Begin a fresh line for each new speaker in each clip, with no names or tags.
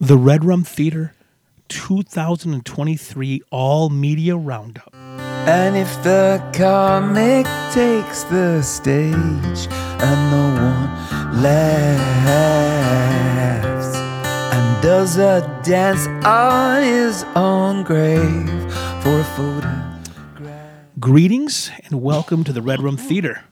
The Red Rum Theater 2023 All Media Roundup.
And if the comic takes the stage and no one laughs and does a dance on his own grave for a photograph.
Greetings and welcome to the Red Room Theater,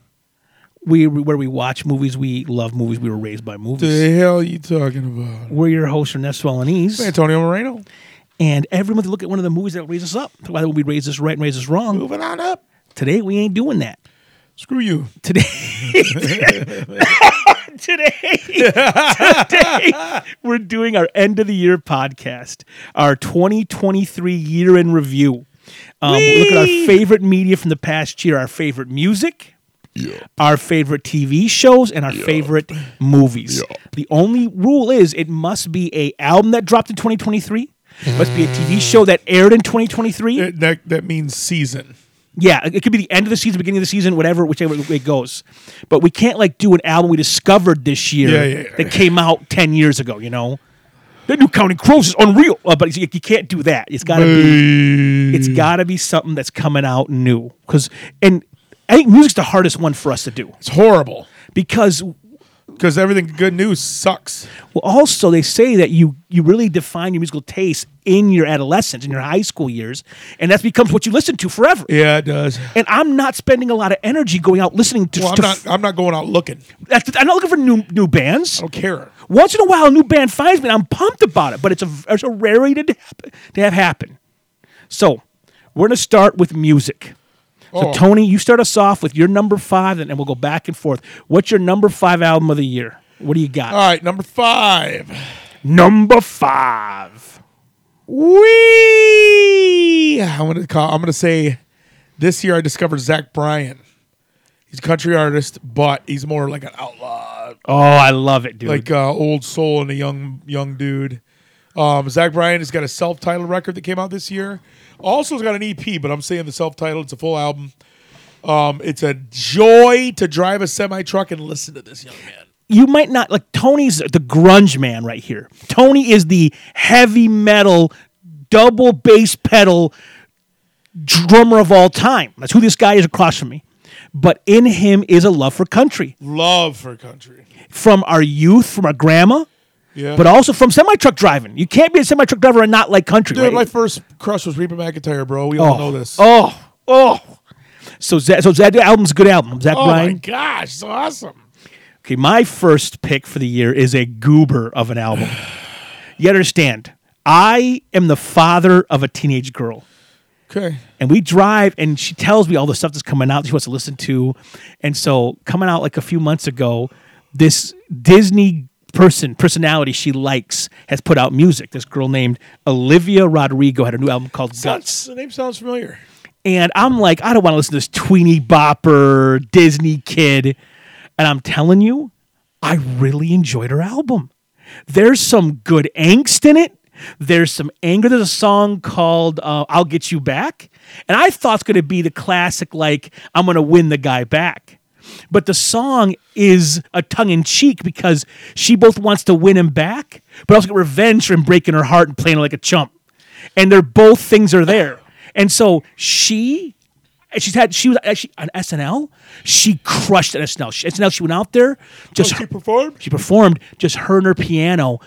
we where we watch movies, we love movies, we were raised by movies.
The hell you talking about?
We're your hosts, Ernesto Alanese,
Antonio Moreno.
and every month we look at one of the movies that raise us up. Whether we raise us right and raise us wrong,
Moving on up.
today we ain't doing that.
Screw you.
Today, today, today, we're doing our end of the year podcast, our 2023 year in review. Um, we'll look at our favorite media from the past year, our favorite music, our favorite TV shows, and our favorite movies. The only rule is it must be a album that dropped in 2023. It must be a TV show that aired in 2023.
That, that that means season.
Yeah, it it could be the end of the season, beginning of the season, whatever, whichever way it goes. But we can't like do an album we discovered this year
Yeah, yeah, yeah.
that came out ten years ago. You know, the new Counting Crows is unreal, uh, but you, you can't do that. It's got to be it's got to be something that's coming out new. Because and I think music's the hardest one for us to do
It's horrible
because
because everything good news sucks.
Well, also they say that you you really define your musical taste in your adolescence, in your high school years, and that becomes what you listen to forever.
Yeah, it does.
And I'm not spending a lot of energy going out listening to.
Well, I'm
to
not. I'm not going out looking. I
that's, I'm not looking for new new bands.
don't care.
Once in a while, a new band finds me, and I'm pumped about it. But it's a it's a rarity to happen, to have happen. So we're gonna start with music. So
Oh.
Tony, you start us off with your number five, and, and we'll go back and forth. What's your number five album of the year? What do you got?
All right, number five.
number five.
Wee. I'm gonna call. I'm gonna say, this year I discovered Zach Bryan. He's a country artist, but he's more like an outlaw
Oh, I love it, dude.
like uh, old soul and a young young dude. Um, Zach Bryan has got a self-titled record that came out this year. Also, has got an EP, but I'm saying the self-titled. It's a full album. Um, it's a joy to drive a semi truck and listen to this young man.
you might not like Tony's the grunge man right here. Tony is the heavy metal double bass pedal drummer of all time. That's who this guy is across from me. But in him is a love for country
Love for country.
from our youth, from our grandma,
Yeah,
but also from semi truck driving. You can't be a semi truck driver and not like country.
dude,
right?
my first crush was Reba McIntyre, bro. We all know this.
Oh, oh. So, Zach, so that album's a good album. Zach
Oh my
Bryan.
gosh, it's awesome.
Okay, my first pick for the year is a goober of an album. you understand? I am the father of a teenage girl.
Okay,
And we drive, and she tells me all the stuff that's coming out that she wants to listen to. And so, coming out like a few months ago, this Disney person, personality she likes, has put out music. This girl named Olivia Rodrigo had a new album called Guts.
Sounds- The name sounds familiar.
And I'm like, I don't want to listen to this tweeny bopper Disney kid. And I'm telling you, I really enjoyed her album. There's some good angst in it. There's some anger. There's a song called uh, I'll Get You Back. And I thought it's going to be the classic, like, I'm going to win the guy back. But the song is a tongue in cheek because she both wants to win him back, but also get revenge for him breaking her heart and playing her like a chump. And they're both things are there. And so she, she's had, she was actually on SNL. She crushed at SNL. She, SNL, she went out there, just
Oh, She performed.
she performed just her and her piano.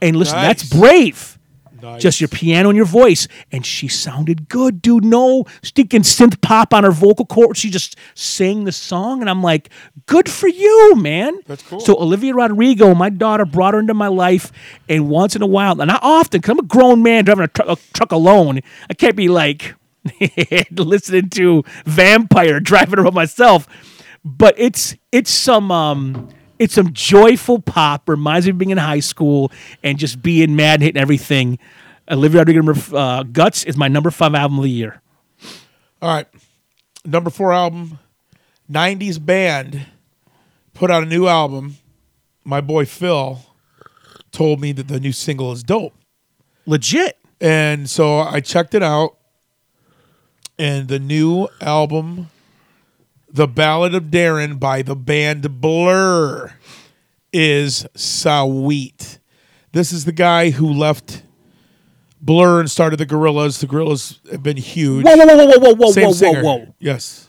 And listen, that's
Nice.
brave.
Nice.
Just your piano and your voice. And she sounded good, dude. No stinking synth pop on her vocal cord. She just sang the song. And I'm like, good for you, man.
That's cool.
So Olivia Rodrigo, my daughter, brought her into my life. And once in a while, and not often, because I'm a grown man driving a, tru- a truck alone, I can't be like listening to Vampire driving around myself. But it's it's some um it's some joyful pop. Reminds me of being in high school and just being mad and hitting everything. Olivia Rodrigo uh, Guts is my number five album of the year.
All right. Number four album, 90s band, put out a new album. My boy Phil told me that the new single is dope.
Legit.
And so I checked it out. And the new album, The Ballad of Darren by the band Blur, is sweet. This is the guy who left Blur and started the Gorillas. The Gorillas have been huge.
Whoa, whoa, whoa, whoa, whoa, whoa,
Same
whoa,
singer.
whoa, whoa.
Yes.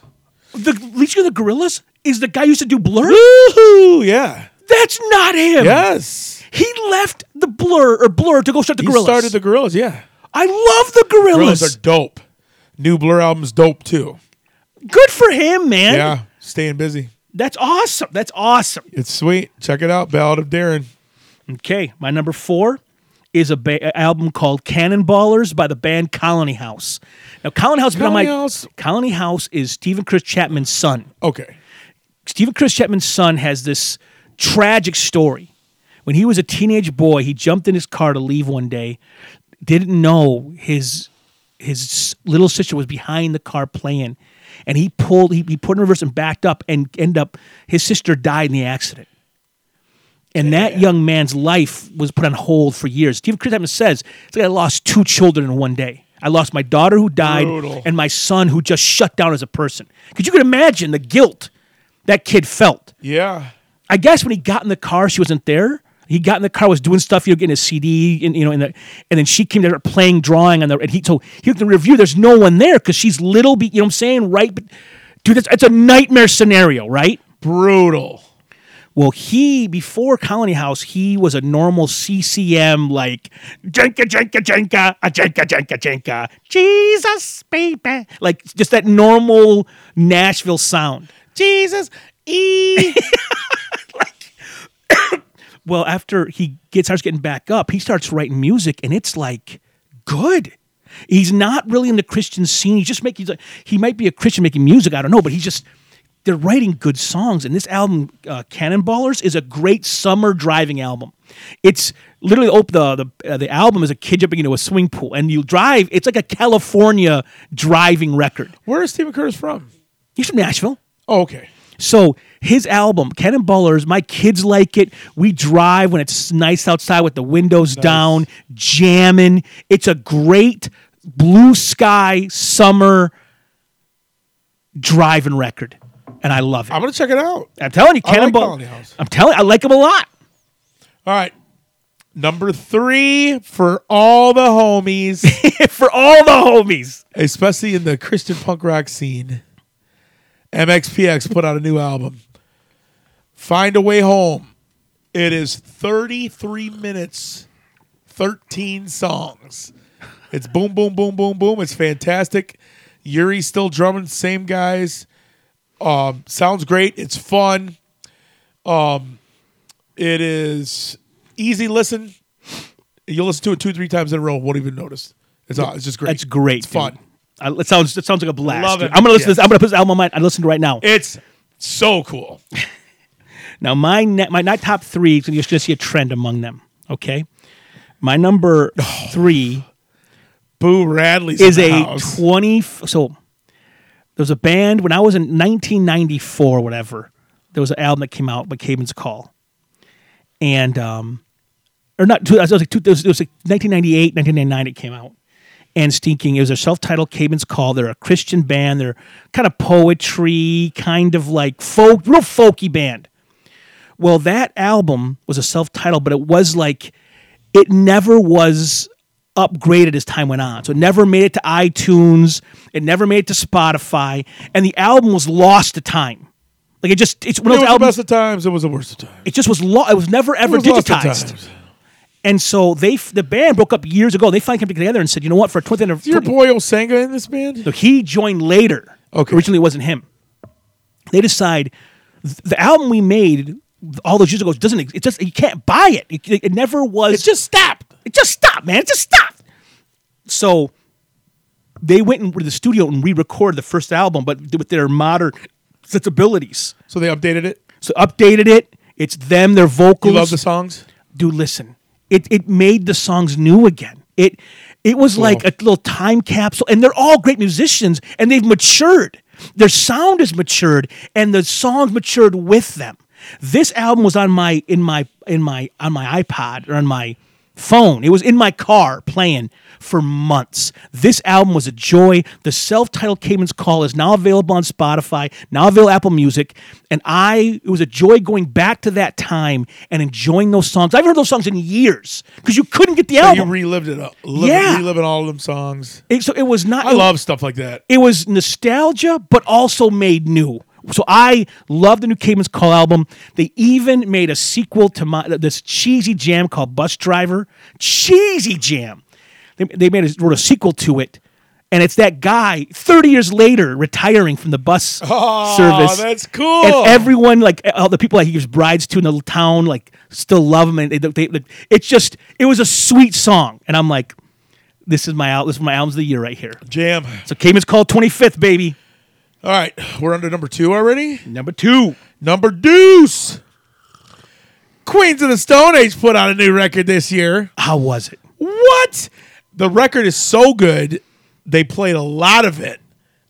The leader of the Gorillas is the guy who used to do Blur.
Woohoo! Yeah.
That's not him.
Yes.
He left the Blur or Blur to go start the
He
Gorillas.
started the Gorillas. Yeah.
I love the Gorillas.
Gorillas are dope. New Blur album's dope too.
Good for him, man.
Yeah. Staying busy.
That's awesome. That's awesome.
It's sweet. Check it out. Ballad of Darren.
Okay, my number four is a ba- album called Cannonballers by the band Colony House. Now, Colony House has been on my
Colony House.
Colony House is Stephen Chris Chapman's son.
Okay.
Stephen Chris Chapman's son has this tragic story. When he was a teenage boy, he jumped in his car to leave one day, didn't know his his little sister was behind the car playing, and he pulled he, he put in reverse and backed up and end up his sister died in the accident. And that young man's life was put on hold for years. Stephen Chris Chapman says, "It's like I lost two children in one day. I lost my daughter who died,
Brutal.
and my son who just shut down as a person." Because you could imagine the guilt that kid felt.
Yeah.
I guess when he got in the car, she wasn't there. He got in the car, was doing stuff, you know, getting a CD, and you know, and, the, and then she came there playing, drawing on the, and he so he looked in the review. There's no one there because she's little, be, you know what I'm saying, right? But, dude, that's it's a nightmare scenario, right?
Brutal.
Well, he before Colony House, he was a normal CCM like jenka jenka jenka a jenka jenka jenka Jesus baby, like just that normal Nashville sound.
Jesus. E.
Well, after he gets starts getting back up, he starts writing music, and it's like good. He's not really in the Christian scene. He's just making. He's like, he might be a Christian making music. I don't know, but he's just they're writing good songs. And this album, uh, Cannonballers, is a great summer driving album. It's literally op- the the uh, the album is a kid jumping into a swing pool, and you drive. It's like a California driving record.
Where is Stephen Curtis from?
He's from Nashville.
Oh, okay.
So his album, Cannonballers, my kids like it. We drive when it's nice outside with the windows down, jamming. It's a great blue sky summer driving record, and I love it.
I'm
I'm,
gonna check it out.
telling you,
I like
Cannonball.
Colony House.
I'm telling, I like him a lot.
All right. Number three for all the homies,
For all the homies,
especially in the Christian punk rock scene. MXPX put out a new album. Find a way home. It is 33 minutes, 13 songs. It's boom, boom, boom, boom, boom. It's fantastic. Yuri's still drumming, same guys. Um, sounds great. It's fun. Um, it is easy listen. You'll listen to it two, three times in a row. Won't even notice. It's aw- it's just great.
that's great.
It's fun.
dude. I, it sounds it sounds like a blast.
Love
dude.
it.
I'm gonna listen. To this,
Yes.
I'm gonna put this album on my. I listen to it right now.
It's so cool.
Now, my ne- my not top three, so you're going to see a trend among them. Okay, my number three
Boo Radley's
is
Oh, in the
a
house.
twenty. f- So there was a band when I was in 1994, whatever. There was an album that came out by Caven's Call, and um, or not. It was like two, it was, it was like 1998, 1999. It came out. And Stinking, it was their self-titled Caven's Call. They're a Christian band. They're kind of poetry, kind of like folk, real folky band. Well, that album was a self titled, but it was like it never was upgraded as time went on. So it never made it to iTunes, it never made it to Spotify, and the album was lost to time. Like it just it's one
it
of
was
those
the
albums
best of times. It was the worst of times.
it just was lo- it was never
It
ever
was lost of
digitized.
times.
And so they f- the band broke up years ago. They finally came together and said, "You know what? For a 20th
Is your
anniversary,
boy Osanga in this band?
so he joined later.
Okay.
Originally, it wasn't him. They decide th- the album we made all those years ago doesn't. ex- It just you can't buy it. It, it never was. It just stopped. It just stopped, man. It just stopped. So they went into the studio and re-recorded the first album, but with their modern sensibilities.
So they updated it.
So updated it. It's them, their
You
vocals
love the songs.
do listen. It it made the songs new again. It it was like a little time capsule, and they're all great musicians, and they've matured. Their sound has matured, and the songs matured with them. This album was on my in my in my on my iPod or on my phone. It was in my car playing for months. This album was a joy. The self-titled Cayman's Call is now available on Spotify, now available on Apple Music, and I it was a joy going back to that time and enjoying those songs. I've heard those songs in years because you couldn't get the
You
album.
relived it up. Liv-
Yeah.
Reliving all of them songs.
It- so it was not.
I love stuff like that.
it was nostalgia, but also made new. So I love the new Cayman's Call album. They even made a sequel to my this cheesy jam called Bus Driver. Cheesy jam. They, they made a, wrote a sequel to it, and it's that guy thirty years later retiring from the bus
Oh,
service.
that's cool.
And everyone, like all the people that he gives brides to in the town, like still love him, and they, they, they it's just it was a sweet song, and I'm like, this is my al- this is my albums of the year right here.
Jam.
So Cayman's Call 25th, baby.
All right. We're under number two already.
Number two.
Number deuce. Queens of the Stone Age put out a new record this year.
How was it?
What? The record is so good. They played a lot of it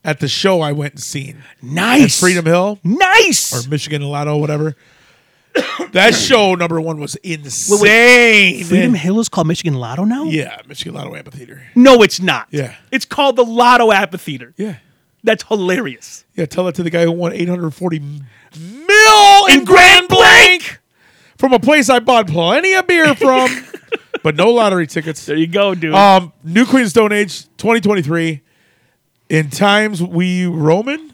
at the show I went and seen.
Nice.
Freedom Hill
Nice.
or Michigan Lotto, whatever. that show number one was insane.
Freedom Hill is called Michigan Lotto now?
Yeah, Michigan Lotto Amphitheater.
No, it's not.
Yeah.
It's called the Lotto Amphitheater.
Yeah.
That's hilarious.
Yeah, tell that to the guy who won 840 mil in
Grand
Grand Blanc from a place I bought plenty of beer from, but no lottery tickets.
There you go, dude.
Um, New Queen Stone Age 2023. In times we Roman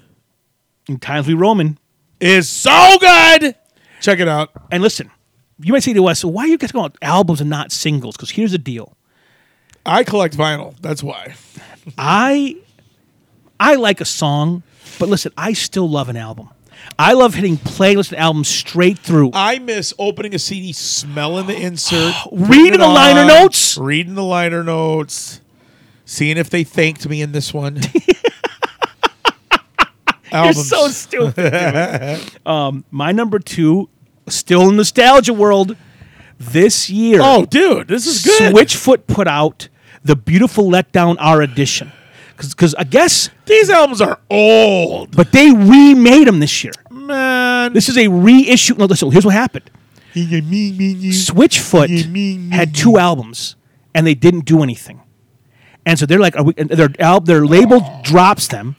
In times we Roman.
is so good. Check it out.
And listen, you might say to us, why are you guys going with albums and not singles? Because here's the deal.
I collect vinyl. That's why.
I I like a song, but listen, I still love an album. I love hitting playlist and albums straight through.
I miss opening a CD, smelling the insert,
Reading
putting it
the liner
on,
notes.
reading the liner notes, seeing if they thanked me in this one.
You're
Albums.
so stupid. dude. um, my number two, still in nostalgia world, this year.
oh, dude, this is good.
Switchfoot put out the beautiful letdown our edition, because I guess,
These albums are old,
but they remade them this year.
man.
This is a reissue. No, listen. Here's what happened.
You mean, mean, you. You mean
Switchfoot
me.
had two albums, and they didn't do anything. And so they're like, are we, and their al- their label drops them.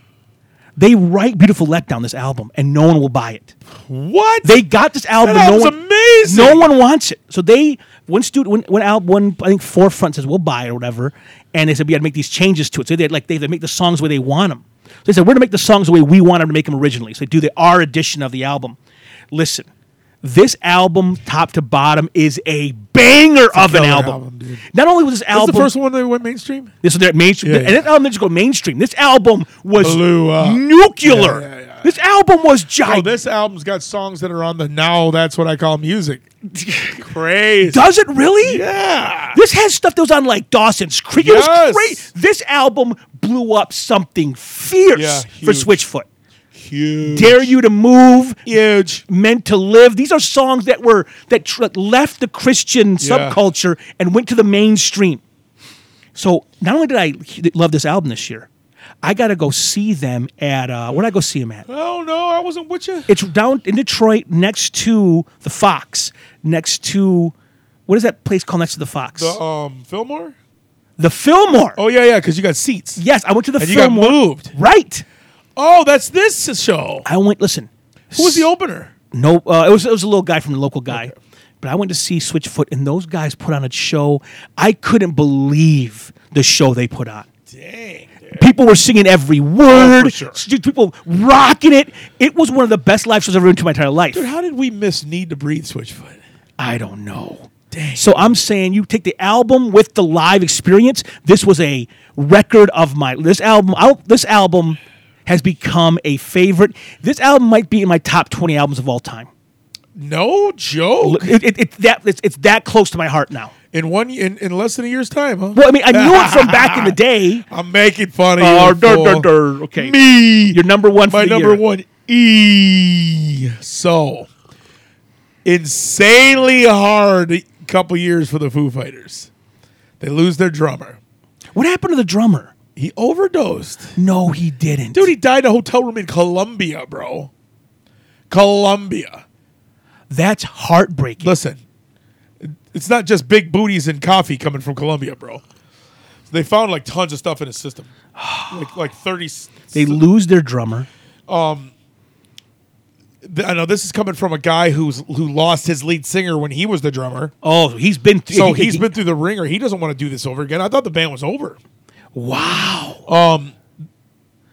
They write "Beautiful Letdown" this album, and no one will buy it.
What?
They got this album.
That
no
album's
one,
amazing.
No one wants it. So they one student one, one album one I think forefront says we'll buy it or whatever, and they said we got to make these changes to it. So they had, like they, they make the songs the way they want them. So they said we're gonna make the songs the way we wanted to make them originally. So they do the R edition of the album. Listen, this album top to bottom is a banger of an
killer
album.
album, dude.
Not only was this
That's
album
the first one that went mainstream.
this was their mainstream,
Yeah,
and
yeah.
this album didn't just go mainstream. This album was
Blew up.
nuclear.
Yeah, yeah, yeah.
This album was
Oh,
giant.
this album's got songs that are on the now. That's what I call music. Crazy.
Does it really?
yeah.
This has stuff that was on like Dawson's Creek. It was
Yes.
great. This album blew up something fierce
Yeah,
for
huge.
Switchfoot.
Huge.
Dare You to Move,
Huge.
Meant to Live. These are songs that were that tr- left the Christian
Yeah.
subculture and went to the mainstream. So not only did I he- love this album this year, I got to go see them at uh, where did I go see them at?
Oh no, I wasn't with you.
It's down in Detroit, next to the Fox, next to what is that place called next to the Fox?
The um Fillmore?
the Fillmore.
Oh yeah, yeah, because you got seats.
Yes, I went to the
And you got
Fillmore.
moved.
Right.
Oh, that's this show.
I went. Listen,
Who was the opener?
no, uh, it was it was a little guy from the local guy, but I went to see Switchfoot, and those guys put on a show. I couldn't believe the show they put on.
Dang.
People were singing every word.
Oh, for sure.
Dude, People rocking it. It was one of the best live shows I've ever been to in my entire life.
Dude, how did we miss Need to Breathe Switchfoot?
I don't know. So I'm saying you take the album with the live experience. This was a record of my this album. I, this album has become a favorite. This album might be in my top 20 albums of all time.
No joke.
It, it, it's that it's, it's that close to my heart now.
In one in, in less than a year's time, huh?
Well, I mean, I knew it from back in the day.
I'm making fun of
Oh,
you.
dur,
fool.
dur, dur. Okay,
Me.
your number one. For
my
the
number
year.
one E. So insanely hard couple years for the Foo Fighters. They lose their drummer.
What happened to the drummer?
He overdosed.
No, he didn't.
Dude, he died in a hotel room in Colombia, bro. Colombia.
that's heartbreaking.
Listen, It's not just big booties and coffee coming from Colombia, bro. They found like tons of stuff in his system, like like thirty. s-
They lose their drummer.
th- I know this is coming from a guy who's who lost his lead singer when he was the drummer.
Oh, he's been. Th-
So he's been through the ringer. He doesn't want to do this over again. I thought the band was over.
Wow.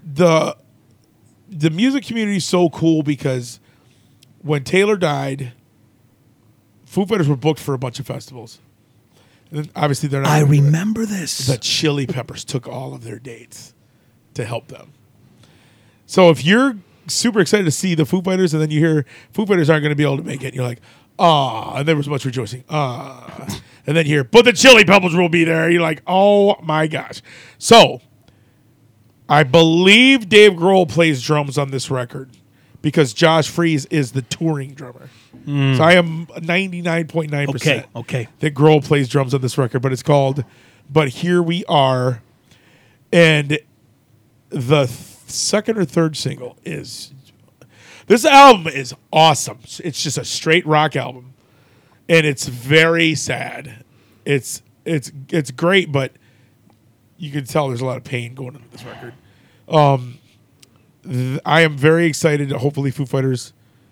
the the music community is so cool because when Taylor died, Foo Fighters were booked for a bunch of festivals. And then obviously they're not.
I
gonna do it.
remember this.
The Chili Peppers took all of their dates to help them. So if you're super excited to see the Foo Fighters and then you hear Foo Fighters aren't going to be able to make it, and you're like, ah, and there was much rejoicing, ah, and then you hear, but the Chili Peppers will be there. You're like, oh my gosh. So I believe Dave Grohl plays drums on this record because Josh Fries is the touring drummer. So I am 99.9%
okay. Okay.
that Grohl plays drums on this record, but it's called But Here We Are. And the th- second or third single is this album is awesome. It's just a straight rock album. And it's very sad. It's it's it's great, but you can tell there's a lot of pain going into this record. Um th- I am very excited. Hopefully Foo Fighters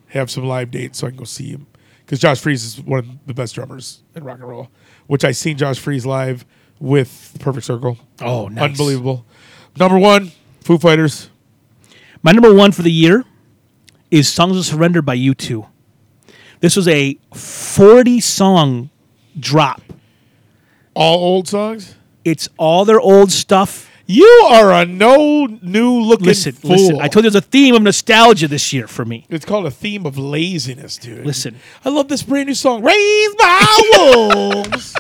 have some live dates so I can go see him. Because Josh Freeze is one of the best drummers in rock and roll, which I seen Josh Freeze live with Perfect Circle.
Oh, nice.
unbelievable! Number one, Foo Fighters.
My number one for the year is Songs of Surrender by U2. This was a 40 song drop.
All old songs.
It's all their old stuff.
You are a no new looking
Listen,
fool.
listen. I told you there's a theme of nostalgia this year for me.
It's called a theme of laziness, dude.
Listen.
I love this brand new song, "Raise My Wolves."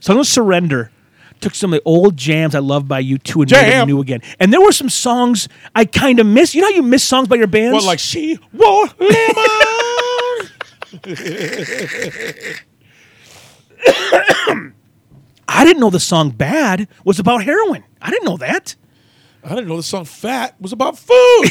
Songs of Surrender took some of the old jams I love by U2 and made
Jam.
them new again. And there were some songs I kind of miss. You know how you miss songs by your bands?
what, like she wore lemon?
I didn't know the song Bad was about heroin. I didn't know that.
I didn't know the song "Fat" was about food.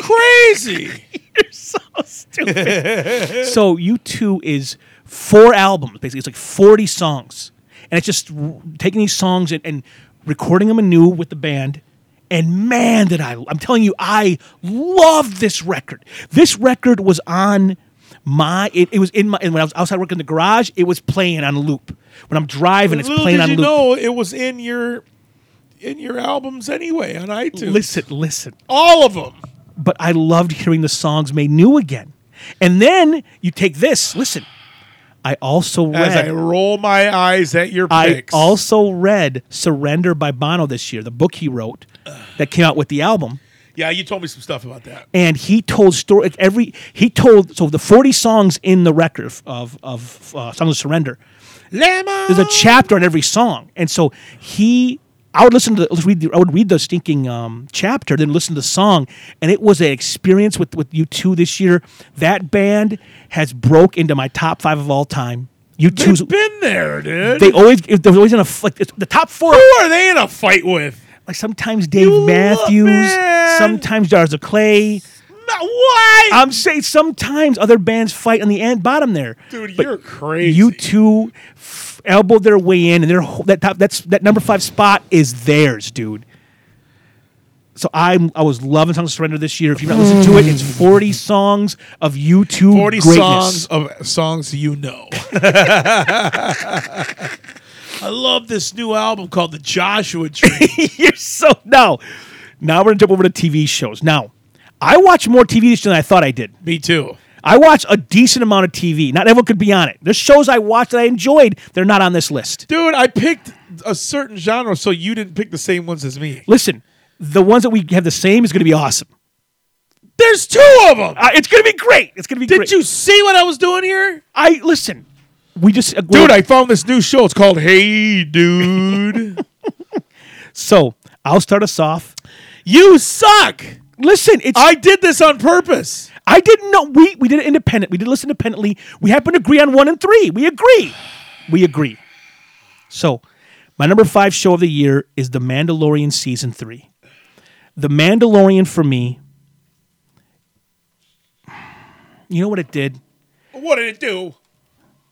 Crazy.
so stupid. so U2 is four albums, basically. It's like 40 songs. And it's just r- taking these songs and, and recording them anew with the band. And man, did I, I'm telling you, I love this record. This record was on my, it, it was in my, and when I was outside working in the garage, it was playing on loop. When I'm driving, it's
Little
playing
did
on
you
loop.
know it was in your in your albums anyway on iTunes.
listen, listen.
all of them.
but I loved hearing the songs made new again. And then you take this. Listen, I also
As I
read.
roll my eyes at your
I,
picks,
also read "Surrender" by Bono this year, the book he wrote that came out with the album.
yeah, you told me some stuff about that.
And he told story every he told so the forty songs in the record of of, of uh, "Songs of Surrender."
Lemon.
There's a chapter on every song, and so he. I would listen to the, let's read the, I would read the stinking um, chapter, then listen to the song, and it was an experience with with you two this year. That band has broke into my top five of all time. You two's
Who's been there, dude?
they always they're always in a f- like it's the top four.
Who are they in a fight with?
Like sometimes Dave
You man.
Matthews, sometimes Jars of Clay.
Not, why?
I'm saying sometimes other bands fight on the end bottom there.
Dude,
But
you're crazy.
You two f- elbowed their way in, and their whole- that top, that's that number five spot is theirs, dude. So I'm I was loving Songs of Surrender this year. If you've not listened to it, it's 40 songs of you two
40
greatness.
Mm. songs of songs you know. I love this new album called The Joshua Tree.
You're so now. Now we're gonna jump over to TV shows. Now, I watch more TV this year than I thought I did.
Me too.
I watch a decent amount of TV. Not everyone could be on it. There's shows I watched that I enjoyed. They're not on this list.
Dude, I picked a certain genre so you didn't pick the same ones as me.
Listen, the ones that we have the same is going to be awesome.
There's two of them.
Uh, it's going to be great. It's going to be
Did
great.
you see what I was doing here?
I listen. We just
Dude, I found this new show. It's called Hey Dude.
so I'll start us off.
you suck.
Listen, it's I,
I did this on purpose.
didn't know we we did it independent. We did listen independently. We happen to agree on one and three. We agree. We agree. So my number five show of the year is The Mandalorian season three. The Mandalorian for me. You know what it did?
What did it do?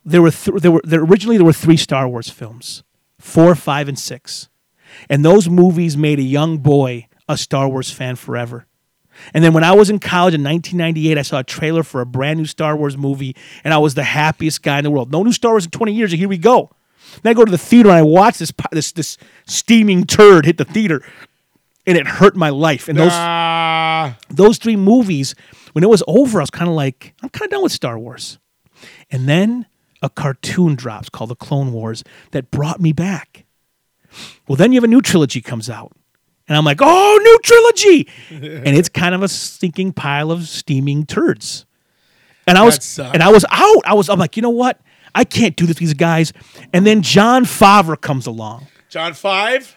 there were th- there were there, originally there were three Star Wars films, four, five, and six, and those movies made a young boy a Star Wars fan forever. And then when I was in college in 1998, I saw a trailer for a brand new Star Wars movie, and I was the happiest guy in the world. No new Star Wars in 20 years, and here we go. Then I go to the theater and I watch this pi- this this steaming turd hit the theater, and it hurt my life. And those
Ah,
those three movies, when it was over, I was kind of like, I'm kind of done with Star Wars. And then a cartoon drops called The Clone Wars that brought me back. Well, then you have a new trilogy comes out. And I'm like, oh, new trilogy. and it's kind of a stinking pile of steaming turds. And I
That
was
sucks.
and I was out. I was I'm like, you know what? I can't do this with these guys. And then John Favre comes along.
John Five.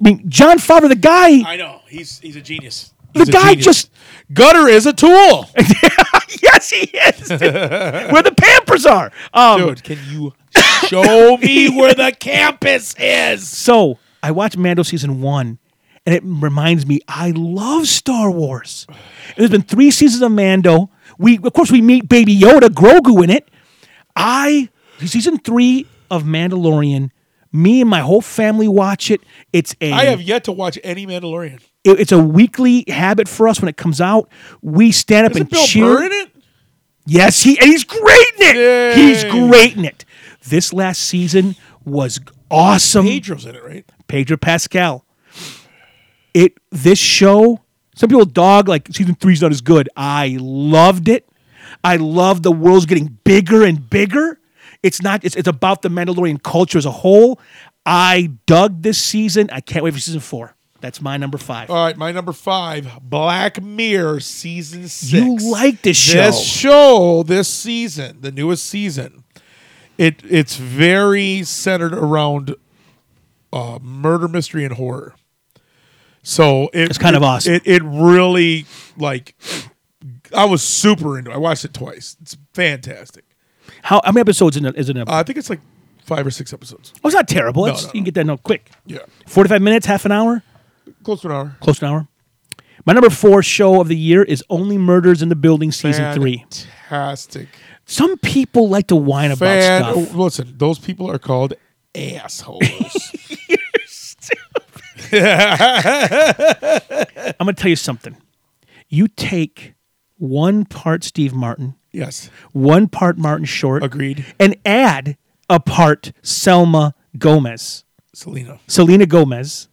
I mean, John Favre, the guy,
I know he's he's a genius.
the
He's a
guy
genius.
just
gutter is a tool,
yes, he is. Where the Pampers are. Um,
dude. Can you show me where the campus is?
So I watched Mando season one, and it reminds me I love Star Wars. And there's been three seasons of Mando. We of course we meet Baby Yoda, Grogu in it. I season three of Mandalorian. Me and my whole family watch it. It's a
I have yet to watch any Mandalorian.
it- it's a weekly habit for us when it comes out. We stand up
Isn't
and
Bill
cheer.
Burr in it?
Yes, he and he's great in it.
Yay.
He's great in it. This last season was awesome.
Pedro's in it, right?
Pedro Pascal. It this show. Some people dog like season three's not as good. I loved it. I love the world's getting bigger and bigger. It's not. It's, it's about the Mandalorian culture as a whole. I dug this season. I can't wait for season four. That's my number five.
All right, my number five, Black Mirror season six.
You like this
This
show.
show, this season, the newest season, it it's very centered around uh, murder, mystery, and horror. So it,
It's kind of
it-
awesome.
It it really like I was super into. it. I watched it twice. It's fantastic.
How, how many episodes in a, is in a?
Uh, I think it's like five or six episodes.
oh, it's not terrible. It's-
no,
You can get that note quick.
Yeah,
Forty-five minutes, half an hour.
close to an hour.
close to an hour. My number four show of the year is Only Murders in the Building season three.
Fantastic.
Some people like to whine about
Fan-
stuff.
Listen, those people are called assholes.
I'm going to tell you something. You take one part Steve Martin,
Yes.
one part Martin Short,
Agreed.
and add a part Selma Gomez,
Selena.
Selena Gomez,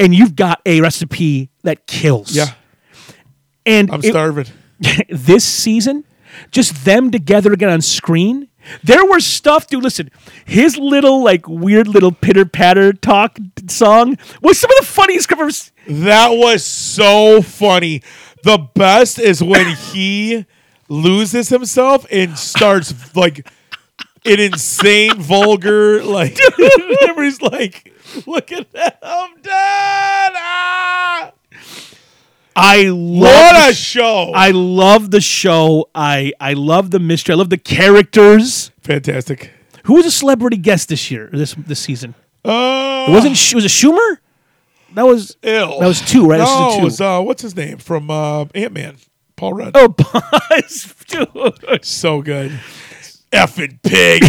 and you've got a recipe that kills.
Yeah.
and
I'm
it-
starving.
this season, just them together again on screen. There were stuff, dude. Listen, his little like weird little pitter patter talk d- song was some of the funniest covers.
That was so funny. The best is when he loses himself and starts like an insane vulgar like everybody's like, look at that. I'm done. Ah!
I love.
What
the
a
sh-
show.
I love the show. I I love the mystery. I love the characters.
Fantastic.
Who was a celebrity guest this year? This this season
Oh,
it wasn't. Sh- was it Schumer? That was
ill.
That was two, right? That was
No,
season
it
two.
was, uh, what's his name from uh, Ant Man? Paul Rudd.
oh, pause, dude.
So good. Effing pig.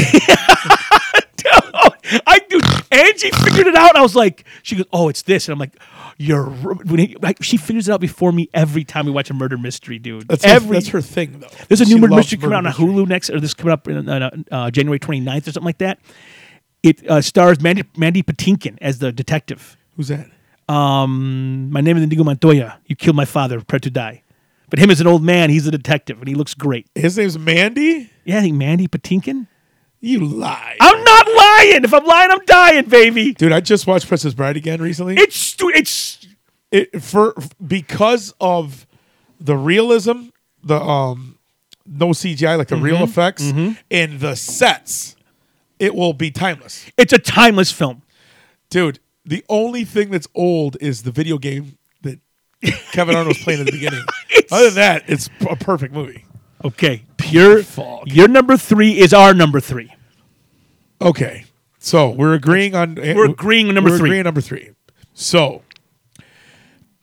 Oh, I do. Angie figured it out. I was like, she goes, "Oh, it's this," and I'm like, "You're." r- When he, like, she figures it out before me every time we watch a murder mystery, dude.
That's,
every
her, that's her thing, though.
there's a new
She
murder
loves
mystery coming out
murder
on Hulu next, or this coming up in, uh, uh, January 29th or something like that. It uh, stars Mandy, Mandy Patinkin as the detective.
mystery. Who's that?
Um, my name is Indigo Montoya. You killed my father, prepare to die. But him as an old man, he's a detective, and he looks great.
His name's Mandy?
Yeah, I think Mandy Patinkin.
You lie.
I'm not lying. If I'm lying, I'm dying, baby.
Dude, I just watched Princess Bride again recently.
It's it's
It- for because of the realism, the um no CGI, like the
Mm-hmm.
real effects, and the sets, it will be timeless.
it's a timeless film.
Dude, the only thing that's old is the video game that Kevin Arnold was playing at the beginning. Other than that, it's a perfect movie.
Okay, pure.
Fog.
Your number three is our number three.
Okay. So we're agreeing on. eh,
We're agreeing on number
we're
three.
agreeing on number three. So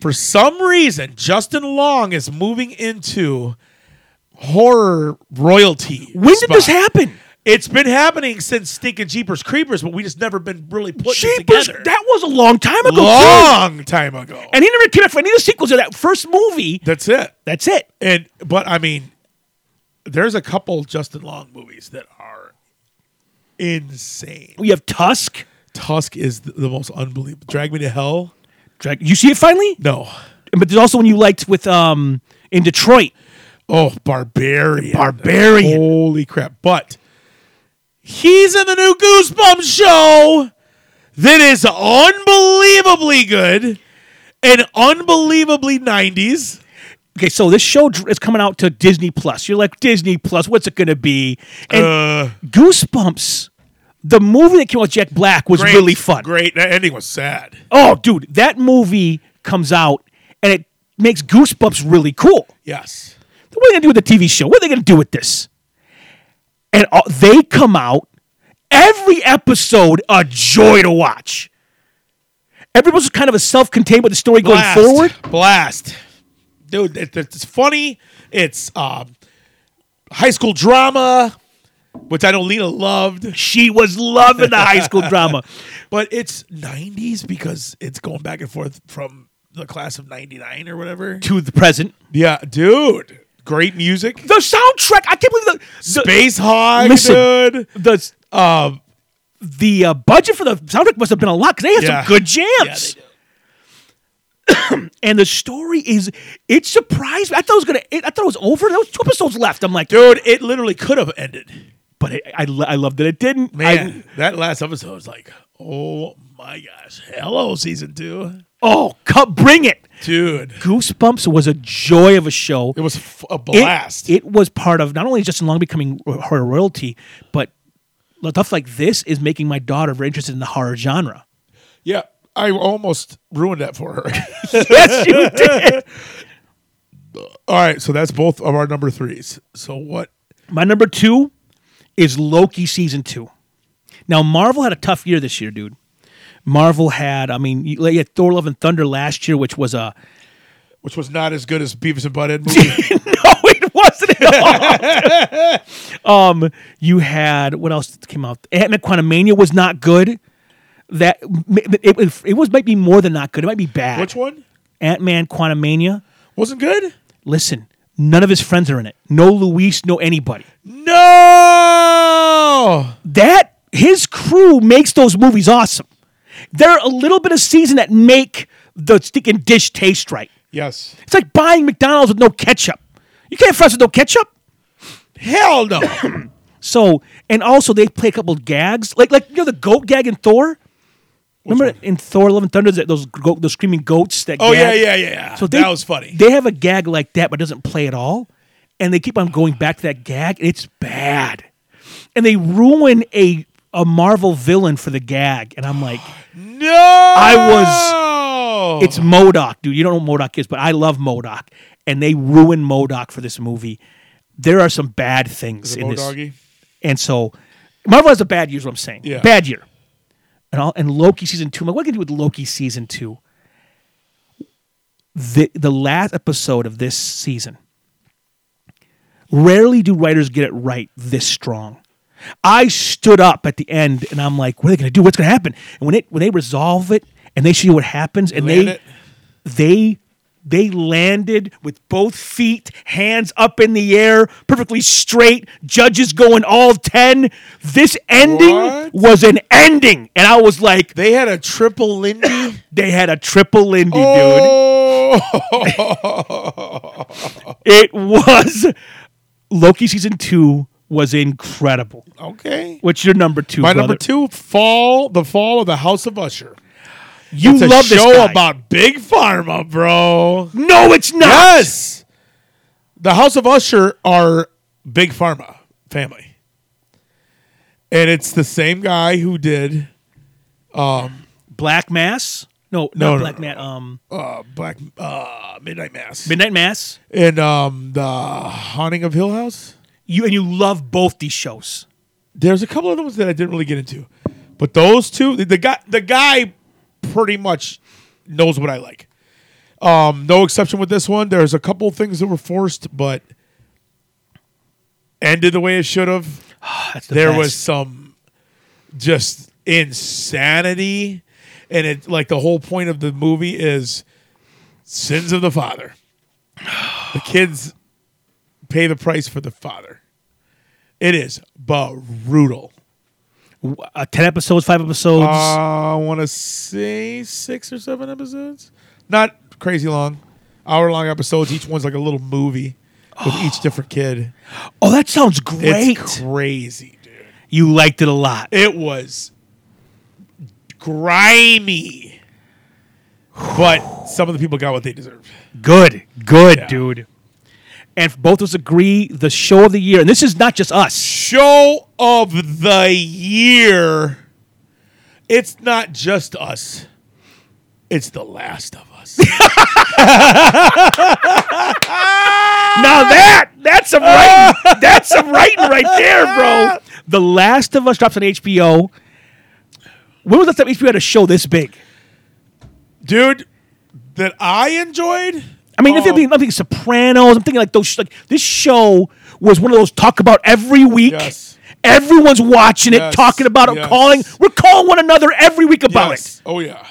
for some reason, Justin Long is moving into horror royalty.
When did this
spot.
happen?
It's been happening since Stinking Jeepers Creepers, but we just never been really put
Jeepers,
together.
that was a long time ago. too.
long time ago.
And he never came out for any of the sequels of that first movie.
That's it.
That's it.
And but I mean, there's a couple Justin Long movies that are insane.
We have Tusk.
Tusk is the, the most unbelievable. Drag Me to Hell.
Drag- you see it finally?
No.
But there's also one you liked with um in Detroit.
Oh, Barbarian.
Barbarian.
Holy crap. But he's in the new Goosebumps show that is unbelievably good and unbelievably 90s.
Okay, so this show dr- is coming out to Disney Plus. You're like Disney Plus, what's it gonna be? And
Uh,
Goosebumps, the movie that came out with Jack Black was
great,
really fun.
Great. That ending was sad.
Oh, dude, that movie comes out and it makes Goosebumps really cool.
Yes.
What are they gonna do with the TV show? What are they gonna do with this? And all, they come out every episode a joy to watch. Every was kind of a self-contained with the story
Blast.
going forward.
Blast. Dude, it, it's funny. It's um, high school drama, which I know Lena loved.
She was loving the high school drama.
But it's 90s because it's going back and forth from the class of 99 or whatever.
to the present.
Yeah, dude. Great music.
The soundtrack, I can't believe the, the
Space Hog,
Listen.
dude.
the um the uh, budget for the soundtrack must have been a lot because they had
Yeah.
some good jams.
Yeah, they do.
and the story is it surprised me. I thought it was gonna. It, I thought it was over. There was two episodes left. I'm like,
Dude, it literally could have ended.
but it, I lo- I love that it didn't. I,
Man, that last episode was like, oh my gosh. Hello, season two.
oh, come bring it.
Dude,
Goosebumps was a joy of a show.
it was f- a
It-
blast.
It, was part of not only Justin Long becoming ro- horror royalty, but stuff like this is making my daughter very interested in the horror genre.
yeah, I almost ruined that for her.
yes, you did.
All right, so that's both of our number threes. So what?
My number two is Loki season two. Now Marvel had a tough year this year, dude. Marvel had, I mean, you you had Thor: Love and Thunder last year, which was a
Which was not as good as Beavis and Butthead movie.
no, Oh, it wasn't at all. um, you had what else came out? Ant Man Quantumania was not good. That it, it, it was might be more than not good. It might be bad.
Which one?
Ant Man Quantumania.
Wasn't good?
Listen, none of his friends are in it. No Luis, no anybody.
No.
that his crew makes those movies awesome. They're a little bit of season that make the stinking dish taste right.
Yes.
It's like buying McDonald's with no ketchup. You can't fuss with no ketchup.
Hell no.
So, and also they play a couple gags, like like you know the goat gag in Thor. Remember in Thor: Love and Thunder, that those goat, those screaming goats that.
oh yeah,
gag?
yeah, yeah. yeah.
So they,
that was funny.
They have a gag like that, but it doesn't play at all, and they keep on going back to that gag. and It's bad, and they ruin a a Marvel villain for the gag, and I'm like,
no.
I
was.
it's Modoc, dude. You don't know what Modoc is, but I love Modoc, and they ruin Modoc for this movie. There are some bad things in this,
Doggy.
and so Marvel has a bad year. Is what I'm saying.
Yeah.
Bad year, and all and Loki season two. I'm like, what can you do with Loki season two? The the last episode of this season. Rarely do writers get it right this strong. I stood up at the end and I'm like, what are they going to do? What's going to happen? And when it when they resolve it and they show you what happens and
Land
they
it.
they they landed with both feet, hands up in the air, perfectly straight. Judges going all ten. This ending
What?
was an ending, and I was like,
They had a triple Lindy.
they had a triple Lindy,
oh.
dude. It was Loki season two was incredible.
okay.
What's your number two?
My
brother?
number two, fall, the fall of the House of Usher.
You
It's a
love
show
this guy.
about Big Pharma, bro.
No, it's not.
Yes. The House of Usher are Big Pharma family. And it's the same guy who did
Black Mass. No,
No,
no,
no,
Black
no,
Mass. Um,
uh, Black uh, Midnight Mass
Midnight Mass.
and um, the Haunting of Hill House.
You and you love both these shows.
There's a couple other ones that I didn't really get into, but those two, the, the guy, the guy, pretty much knows what I like. Um, no exception with this one. There's a couple things that were forced, but ended the way it should have.
That's the
there
best.
was some just insanity and it like the whole point of the movie is sins of the father the kids pay the price for the father it is brutal
uh, ten episodes, five episodes.
i want to say six or seven episodes not crazy long hour long episodes each one's like a little movie with each different kid
oh, that sounds great.
it's crazy dude
you liked it a lot.
It was grimy. But some of the people got what they deserved.
Good, good,
Yeah.
dude. And both of us agree the show of the year, and this is not just us.
Show of the year. It's not just us. It's the last of us.
Now that that's some writing, that's some writing right there, bro. The Last of Us drops on HBO. When was the last time HBO had a show this big?
Dude, that I enjoyed. Oh.
I mean, if I'm thinking, I'm thinking Sopranos, I'm thinking like those. Like this show was one of those talk about every week.
Yes.
Everyone's watching it,
Yes,
talking about it,
yes.
calling. We're calling one another every week about
Yes. Oh yeah.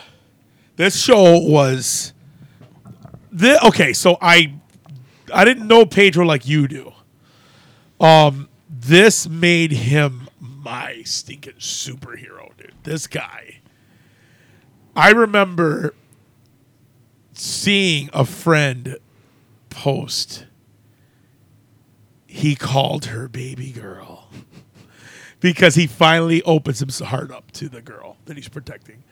This show was the okay, so I I didn't know Pedro like you do. Um this made him my stinking superhero, dude. This guy. I remember seeing a friend post he called her baby girl because he finally opens his heart up to the girl that he's protecting.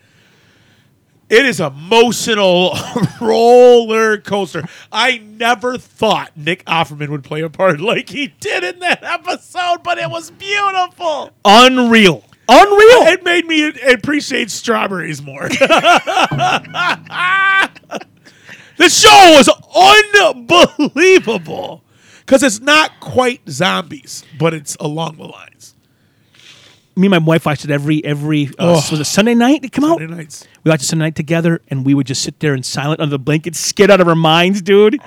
It is emotional roller coaster. I never thought Nick Offerman would play a part like he did in that episode, but it was beautiful.
it. Unreal, unreal.
It made me appreciate strawberries more. the show was unbelievable because it's not quite zombies, but it's along the lines.
me and my wife watched it every every uh,
Oh.
was it Sunday night it come
Sunday
out?
nights.
We watched it Sunday night together, and we would just sit there in silent under the blanket, skid out of our minds, dude.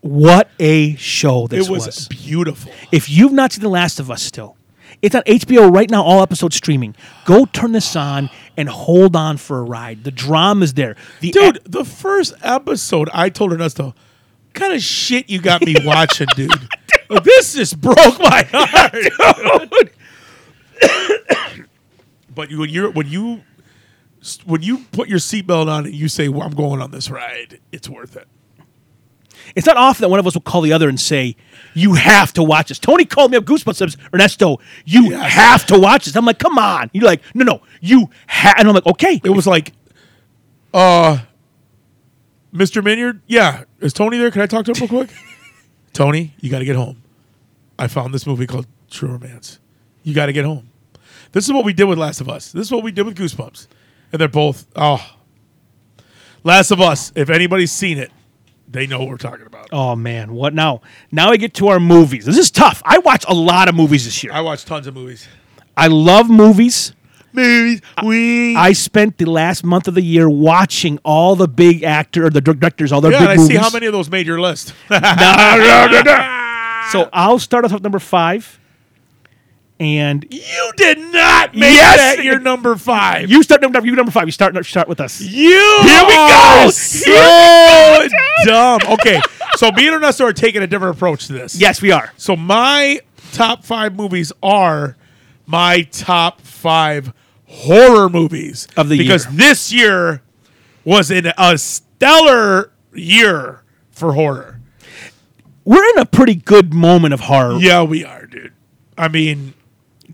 what a show this
it was,
was!
beautiful.
If you've not seen The Last of Us still, it's on HBO right now, all episodes streaming. Go turn this on and hold on for a ride. The drama's there. The
Dude, the first episode, I told Ernesto, kind of shit you got me watching, dude. This just broke my heart. dude. but you- when you're when you when you put your seatbelt on and you say, well, "I'm going on this ride," it's worth it.
It's not often that one of us will call the other and say, "You have to watch this." Tony called me up goosebumps. says, Ernesto, you
Yes.
have to watch this. I'm like, "Come on!" You're like, "No, no, you have," and I'm like, "Okay."
It was like, uh, Mr. Minyard, yeah, is Tony there? Can I talk to him real quick? Tony, you got to get home. I found this movie called True Romance. You got to get home. This is what we did with Last of Us. This is what we did with Goosebumps. And they're both, oh. Last of Us, if anybody's seen it, they know what we're talking about.
Oh man, what now? Now I get to our movies. This is tough. I watch a lot of movies this year.
I watch tons of movies.
I love movies.
Movies. We.
I spent the last month of the year watching all the big actor or the directors, all their
yeah,
big
and I
movies.
see how many of those made your list.
So I'll start off with number five, and
you did not make
Yes!
that your number five.
you start number you number five. You start start with us.
You
Here we
are
go.
So dumb. Okay, so me and Ernesto are taking a different approach to this.
Yes, we are.
So my top five movies are my top five horror movies
Of the
because
year.
this year was an, a stellar year for horror.
we're in a pretty good moment of horror.
Yeah, we are, dude. I mean,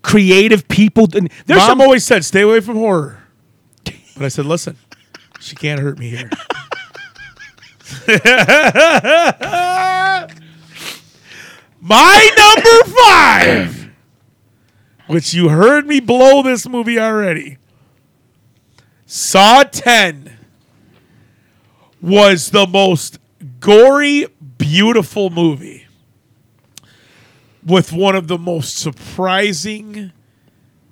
Creative people, and there's
Mom
some.
always said, "Stay away from horror," but I said, "Listen, she can't hurt me here." My number five, which you heard me blow this movie already, Saw Ten was the most gory, beautiful movie with one of the most surprising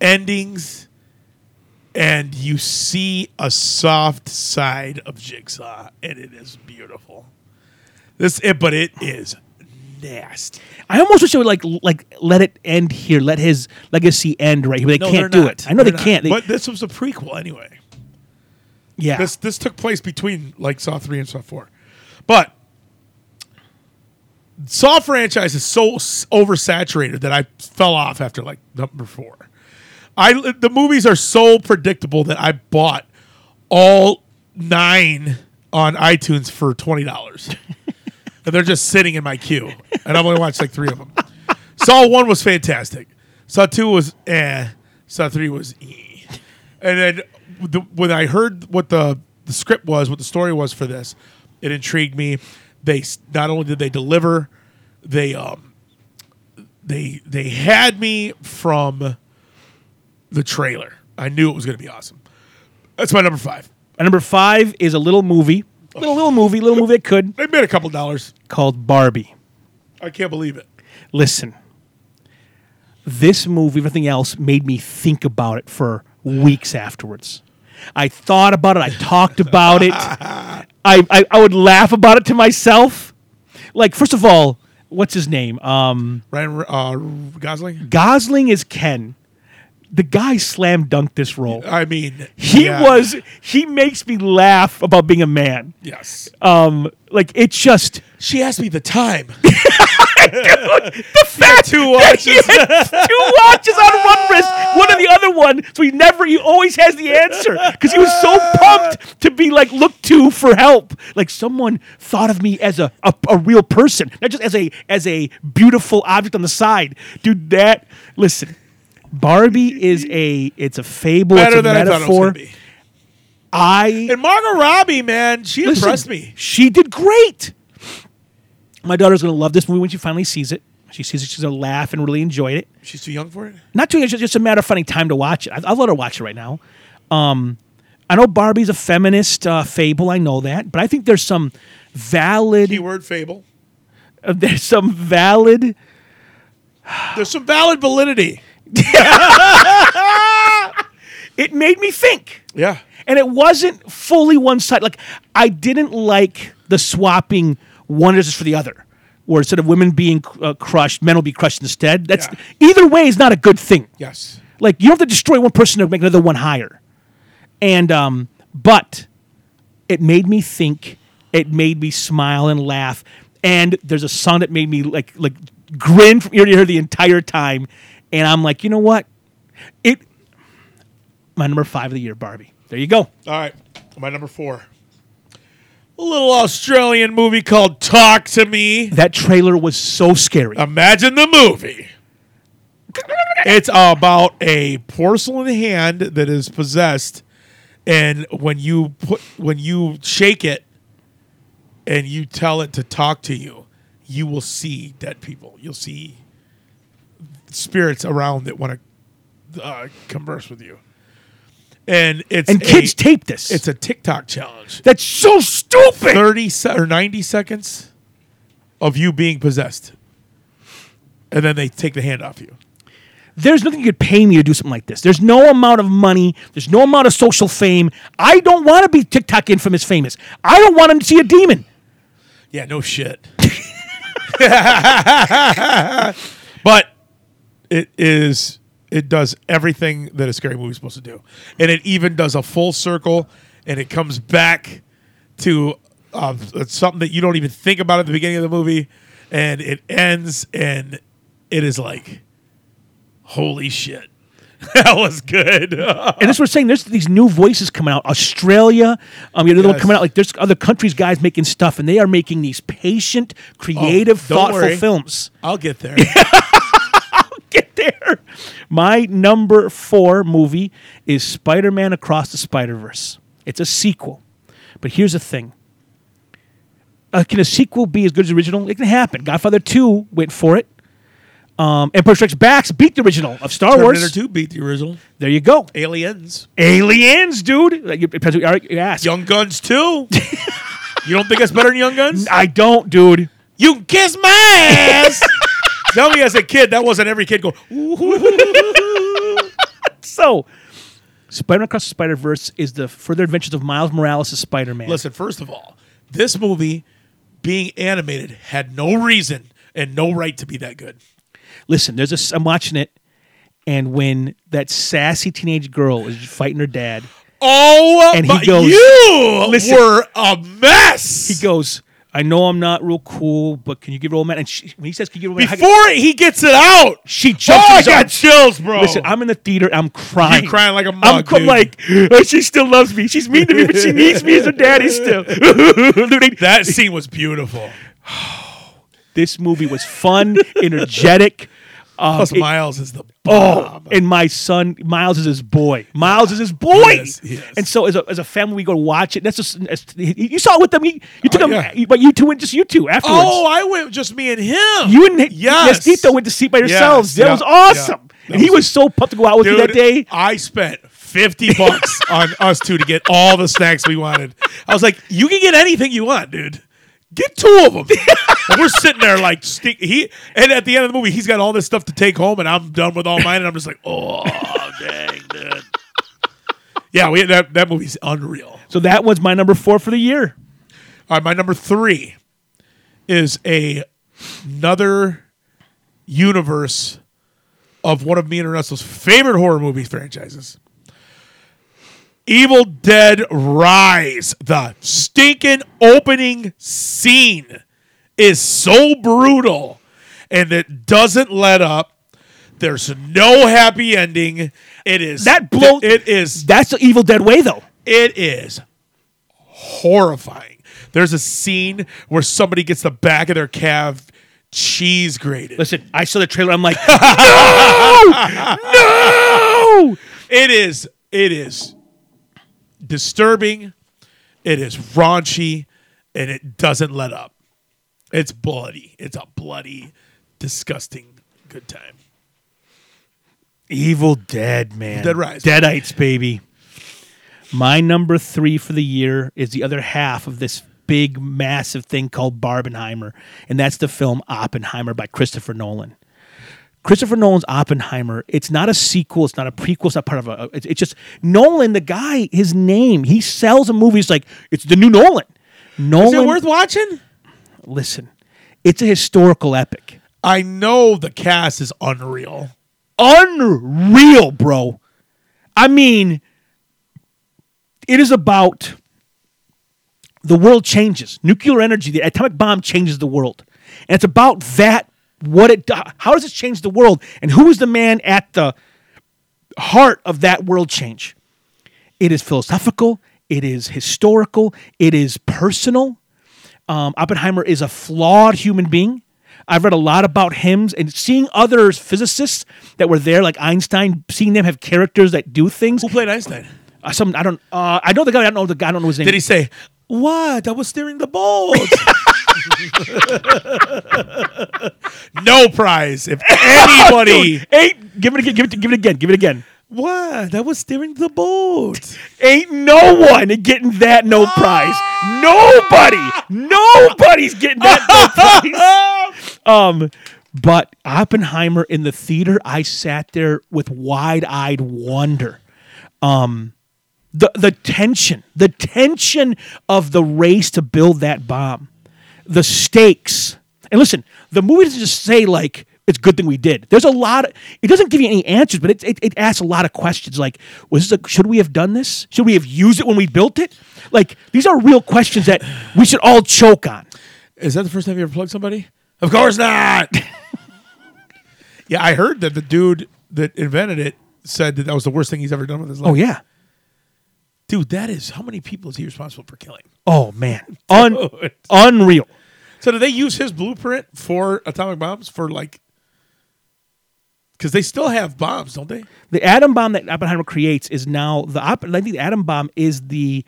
endings and you see a soft side of jigsaw and it is beautiful this it but it is
nasty. I almost wish they would like like let it end here, let his legacy end right here. But they
No,
can't
they're
do
not.
it. I know
They're
they
not.
can't. They-
But this was a prequel anyway.
yeah,
This this took place between like Saw three and Saw four, but Saw franchise is so s- oversaturated that I fell off after like number four. I the movies are so predictable that I bought all nine on iTunes for twenty dollars, and they're just sitting in my queue, and I've only watched like three of them. Saw one was fantastic. Saw two was eh. Saw three was eh. And then the, when I heard what the, the script was, what the story was for this, it intrigued me. They s- not only did they deliver, they um they they had me from the trailer. I knew it was going to be awesome. That's my number five.
And number five is a little movie, little little movie, little movie that could
They made a couple dollars.
called Barbie.
I can't believe it.
Listen, this movie, if nothing else, made me think about it for weeks afterwards. I thought about it. I talked about it. I, I I would laugh about it to myself. Like first of all, what's his name? Um.
Ryan uh, Gosling.
Gosling is Ken. The guy slam dunked this role.
I mean,
He
Oh, yeah.
was. He makes me laugh about being a man.
Yes.
Um, like it just
She asked me the time. the fact two
he
watches.
had two watches on one wrist, one on the other one. So he never. He always has the answer because he was so pumped to be like looked to for help. Like someone thought of me as a, a a real person, not just as a as a beautiful object on the side, dude. That listen. Barbie is a it's a fable.
Better
it's a
than I thought it was
metaphor.
gonna be.
I
And Margot Robbie, man, she
Listen,
impressed me.
She did great. My daughter's gonna love this movie when she finally sees it. She sees it, she's gonna laugh and really enjoy it.
She's too young for it.
Not too, it's just a matter of finding time to watch it. I, I'll let her watch it right now. Um, I know Barbie's a feminist uh, fable. I know that, but I think there's some valid,
Keyword fable.
uh, there's some valid.
There's some valid validity.
It made me think.
Yeah.
and it wasn't fully one side. Like I didn't like the swapping one is for the other, where instead of women being uh, crushed, men will be crushed instead. That's either way is not a good thing.
Yes.
Like you don't have to destroy one person to make another one higher. And um, but it made me think. It made me smile and laugh. And there's a song that made me like like grin from ear to ear the entire time. And I'm like, you know what? It my number five of the year, Barbie. There you go.
All right. My number four. A little Australian movie called Talk to Me.
That trailer was so scary.
Uh, Imagine the movie. It's about a porcelain hand that is possessed, and when you put when you shake it, and you tell it to talk to you, you will see dead people. You'll see spirits around that want to uh, converse with you, and it's
and
a-
kids tape this.
It's a TikTok challenge.
That's so stupid.
Thirty se- or ninety seconds of you being possessed, and then they take the hand off you.
There's nothing you could pay me to do something like this. There's no amount of money. There's no amount of social fame. I don't want to be TikTok infamous famous. I don't want to see a demon.
Yeah, no shit. but it is it does everything that a scary movie is supposed to do. And it even does a full circle and it comes back to uh, something that you don't even think about at the beginning of the movie and it ends and it is like holy shit. that was good.
And that's what we're saying. There's these new voices coming out. Australia, um, you know, they're
Yes.
coming out. Like there's other countries, guys making stuff, and they are making these patient, creative,
Oh, don't
thoughtful
worry.
films.
I'll get there.
Get there. My number four movie is Spider Man Across the Spider Verse. It's a sequel. But here's the thing uh, Can a sequel be as good as the original? It can happen. Godfather 2 went for it. Um, Empire Strikes Back beat the original of Star
Terminator
Wars.
2 beat the original.
There you go.
Aliens.
Aliens, dude. Like, It depends what you- you ask.
Young Guns too. you don't think that's better than Young Guns?
I don't, dude.
You can kiss my ass. Tell me as a kid that wasn't every kid going. "Ooh, ooh, ooh, ooh."
So, Spider Man Across the Spider Verse is the further adventures of Miles Morales as Spider Man.
Listen, first of all, this movie being animated had no reason and no right to be that good.
Listen, there's a. s- I'm watching it, and when that sassy teenage girl is fighting her dad,
Oh,
And he
but
goes,
you
"Listen."
were a mess.
he goes, "I know I'm not real cool, but can you give it old man?" And she, when he says, "Can you give it old man?" I go-
Before he gets it out,
she jumps.
oh,
in
I
his
got
arms.
chills, bro.
Listen, I'm in the theater. I'm crying.
You're crying like a
I'm
mug,
cr-
dude.
like, "Oh, she still loves me. She's mean to me, but she needs me as her daddy still. Dude,
that scene was beautiful.
Um, this movie was fun, energetic. Um,
Plus,
it-
Miles is the Ah,
Oh, and my son Miles is his boy. Miles is his boy,
Yes, yes.
and so as a, as a family, we go watch it. That's just that's- you saw it with them. You, you took
Oh,
them,
yeah.
but you two went just you two afterwards.
Oh, I went just me and him.
you and
Yes.
yes. Tito went to see by yourselves.
Yes,
That
yeah,
was awesome,
yeah. That
and he
was-
was so pumped to go out with you that day.
I spent 50 bucks on us two to get all the snacks we wanted. I was like, you can get anything you want, dude. Get two of them. and we're sitting there like sti- he and at the end of the movie, he's got all this stuff to take home and I'm done with all mine and I'm just like, "Oh, dang, dude." yeah, we that that movie's unreal.
So that was my number four for the year.
All right, my number three is a another universe of one of me and Russell's favorite horror movie franchises. Evil Dead Rise. The stinking opening scene is so brutal and it doesn't let up. There's no happy ending. It is
That blow-
it is
That's the Evil Dead way, though.
it is horrifying. There's a scene where somebody gets the back of their calf cheese grated.
Listen, I saw the trailer. I'm like, no, no.
It is it is disturbing. It is raunchy and it doesn't let up. It's bloody. It's a bloody disgusting good time.
Evil Dead, man.
Dead Rise.
Deadites, baby. My number three for the year is the other half of this big, massive thing called Barbenheimer, and that's the film Oppenheimer by Christopher Nolan. Christopher Nolan's Oppenheimer. It's not a sequel. It's not a prequel. It's not part of a. It's, it's just Nolan, the guy. His name. He sells a movie. It's like it's the new Nolan. Nolan.
Is it worth watching?
listen, it's a historical epic.
I know the cast is unreal.
unreal, bro. I mean, it is about the world changes. Nuclear energy, the atomic bomb changes the world. And it's about that what it how does it change the world and who is the man at the heart of that world change? It is philosophical, it is historical, it is personal. Um, Oppenheimer is a flawed human being. I've read a lot about him and seeing other physicists that were there, like Einstein, seeing them have characters that do things.
Who played Einstein?
Uh, some I don't. Uh, I know the guy. I don't know the guy. I don't know his name.
Did he say, What? I was steering the boat. no prize. If anybody.
Ain't give it again. Give it. Give it again. Give it again.
what? I was steering the boat.
Ain't no one getting that no prize. Nobody. Nobody's getting that no prize. Um, but Oppenheimer in the theater, I sat there with wide-eyed wonder. Um, the the tension, the tension of the race to build that bomb, the stakes. And listen, the movie doesn't just say like it's a good thing we did. There's a lot. Of, it doesn't give you any answers, but it, it it asks a lot of questions. Like, was this a, should we have done this? Should we have used it when we built it? Like, these are real questions that we should all choke on.
Is that the first time you ever plugged somebody? Of course not. yeah, I heard that the dude that invented it said that that was the worst thing he's ever done with his life.
Oh yeah.
Dude, that is how many people is he responsible for killing?
Oh man, Un-
Dude.
unreal.
So do they use his blueprint for atomic bombs for like? Because they still have bombs, don't they?
The atom bomb that Oppenheimer creates is now the. Op- I think the atom bomb is the,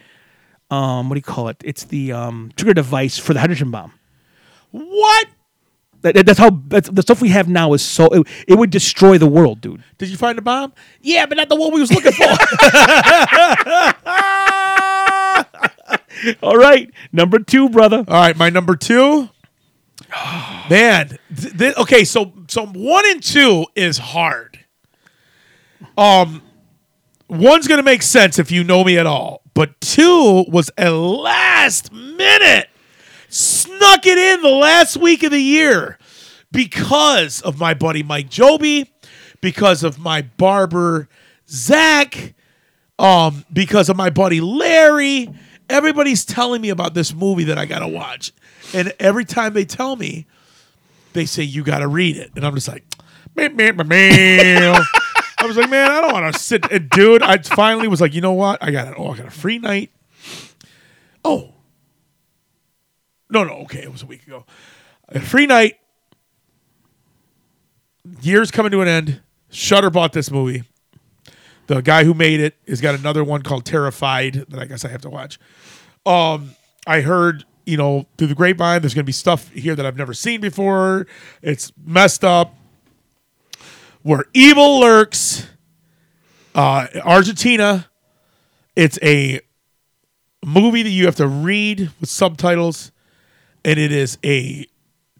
um, what do you call it? It's the um, trigger device for the hydrogen bomb.
What
That, that- that's how that's, the stuff we have now is so it, it would destroy the world, dude.
did you find a bomb? Yeah, but not the one we was looking for.
All right, number two, brother.
All right, my number two. Man, th- th- okay, so so one and two is hard. Um, one's gonna make sense if you know me at all, but two was a last minute, snuck it in the last week of the year. because of my buddy Mike Joby, because of my barber Zach, um, because of my buddy Larry. Everybody's telling me about this movie that I gotta watch, and every time they tell me, they say you gotta read it, and I'm just like, meh, meh, meh, meh. I was like, man, I don't want to sit. And dude, I finally was like, you know what? I got an, oh, I got a free night. Oh, no, no, okay, it was a week ago. A free night. Years coming to an end. Shutter bought this movie. The guy who made it has got another one called Terrified that I guess I have to watch. Um, I heard you know through the grapevine there's going to be stuff here that I've never seen before. It's messed up. Where evil lurks. Uh, Argentina. It's a movie that you have to read with subtitles, and it is a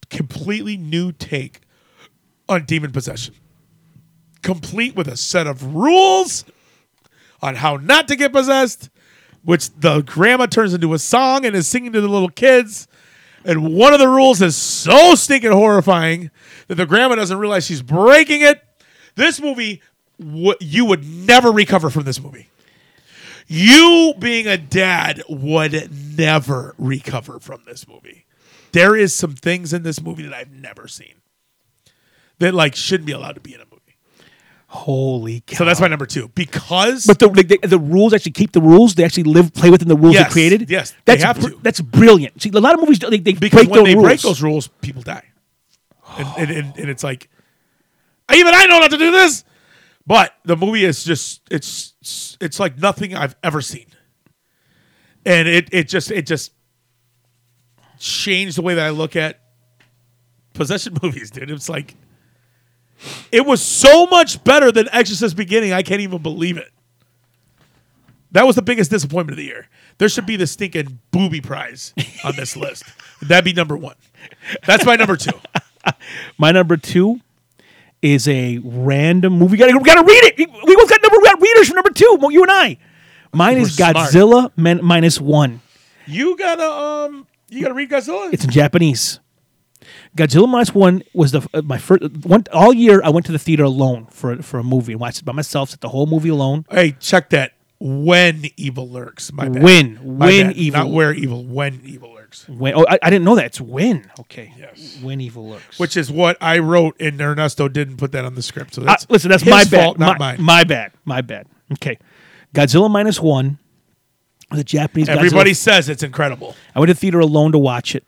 completely new take on demon possession, complete with a set of rules on how not to get possessed, which the grandma turns into a song and is singing to the little kids. And one of the rules is so stinking horrifying that the grandma doesn't realize she's breaking it. This movie, w- you would never recover from this movie. You being a dad would never recover from this movie. There is some things in this movie that I've never seen that like shouldn't be allowed to be in a movie.
Holy cow!
So that's my number two because
But the, the, the rules actually keep the rules. They actually live, play within the rules
Yes,
they created.
yes, they
that's
have
br-
to.
that's brilliant. See, a lot of movies they, they
because
break
when
those
they
rules.
break those rules, people die, and, and, and, and it's like even I know not to do this. But the movie is just it's it's like nothing I've ever seen, and it it just it just changed the way that I look at possession movies, dude. It's like it was so much better than Exorcist Beginning. I can't even believe it. That was the biggest disappointment of the year. There should be the stinking booby prize on this list. That'd be number one. That's my number two.
My number two is a random movie. We gotta, we gotta read it. We both got number we got readers for number two. Mo- You and I. Mine is
We're smart.
Godzilla min- minus one.
You gotta um, you gotta read Godzilla.
It's in Japanese. Godzilla minus one was the uh, my first one all year. I went to the theater alone for for a movie and watched it by myself. Set the whole movie alone.
Hey, check that. When evil lurks, my bad.
When.
My
When
bad.
evil-
not where evil. When evil lurks,
When oh I, I didn't know that it's when okay
Yes.
when evil lurks
which is what I wrote, and Ernesto didn't put that on the script. So
Uh,
that's
listen, that's
his
my bad.
fault, not
my,
mine.
my bad. My bad. Okay. Godzilla minus one. The Japanese Godzilla-
Everybody says it's incredible.
I went to the theater alone to watch it.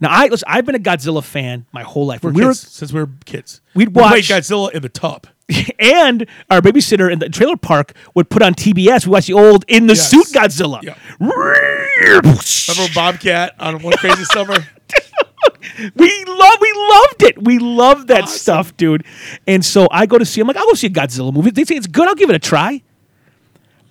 Now I listen, I've been a Godzilla fan my whole life.
We're
When we were-
kids, since we were kids.
We'd
We played
watch-
Godzilla in the tub.
and our babysitter in the trailer park would put on TBS. We watched the old in the
Yes.
suit Godzilla.
Yep. Remember
Remember-
Bobcat on One Crazy Summer?
we love we loved it. We loved that
Awesome.
stuff, dude. And so I go to see I'm like, I'll go see a Godzilla movie. They say it's good, I'll give it a try.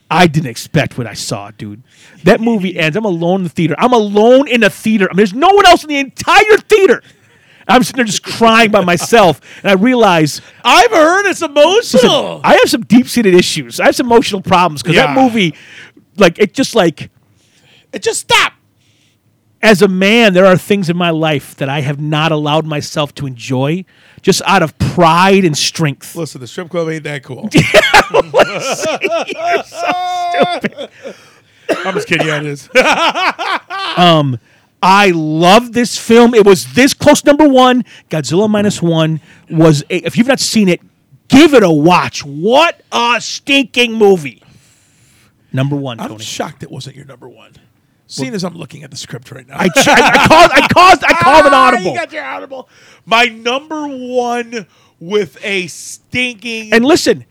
I didn't expect what I saw, dude. That movie ends. I'm alone in the theater. I'm alone in the theater. I mean, there's no one else in the entire theater. I'm sitting there just crying by myself, and I realize
I've heard it's emotional.
I have some deep seated issues. I have some emotional problems because that
Yeah.
movie, like, it just like
It just stop.
as a man, there are things in my life that I have not allowed myself to enjoy just out of pride and strength.
Listen, the strip club ain't that cool. I'm just kidding. Yeah, it is.
I love this film. It was this close. Number one, Godzilla minus one was. A, if you've not seen it, give it a watch. What a stinking movie! Number one,
I'm
Tony.
shocked it wasn't your number one. Seeing as I'm looking at the script right now, Ah,
I, ch- I, I caused. I caused. I called an audible.
You got your audible. My number one with a stinking
And listen,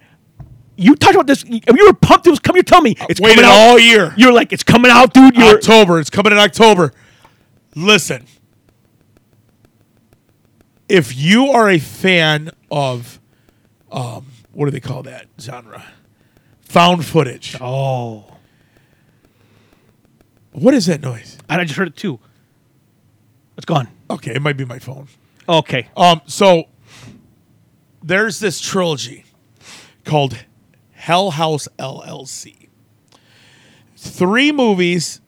you talked about this. You you were pumped. It was coming. You tell me it's
waited
coming out
all year.
You're like, it's coming out, dude. You're
October. It's coming in October. Listen, if you are a fan of, um, what do they call that genre? Found footage.
oh.
What is that noise?
And I just heard it too. It's gone.
Okay, it might be my phone.
Okay.
Um, so there's this trilogy called Hell House LLC. Three movies,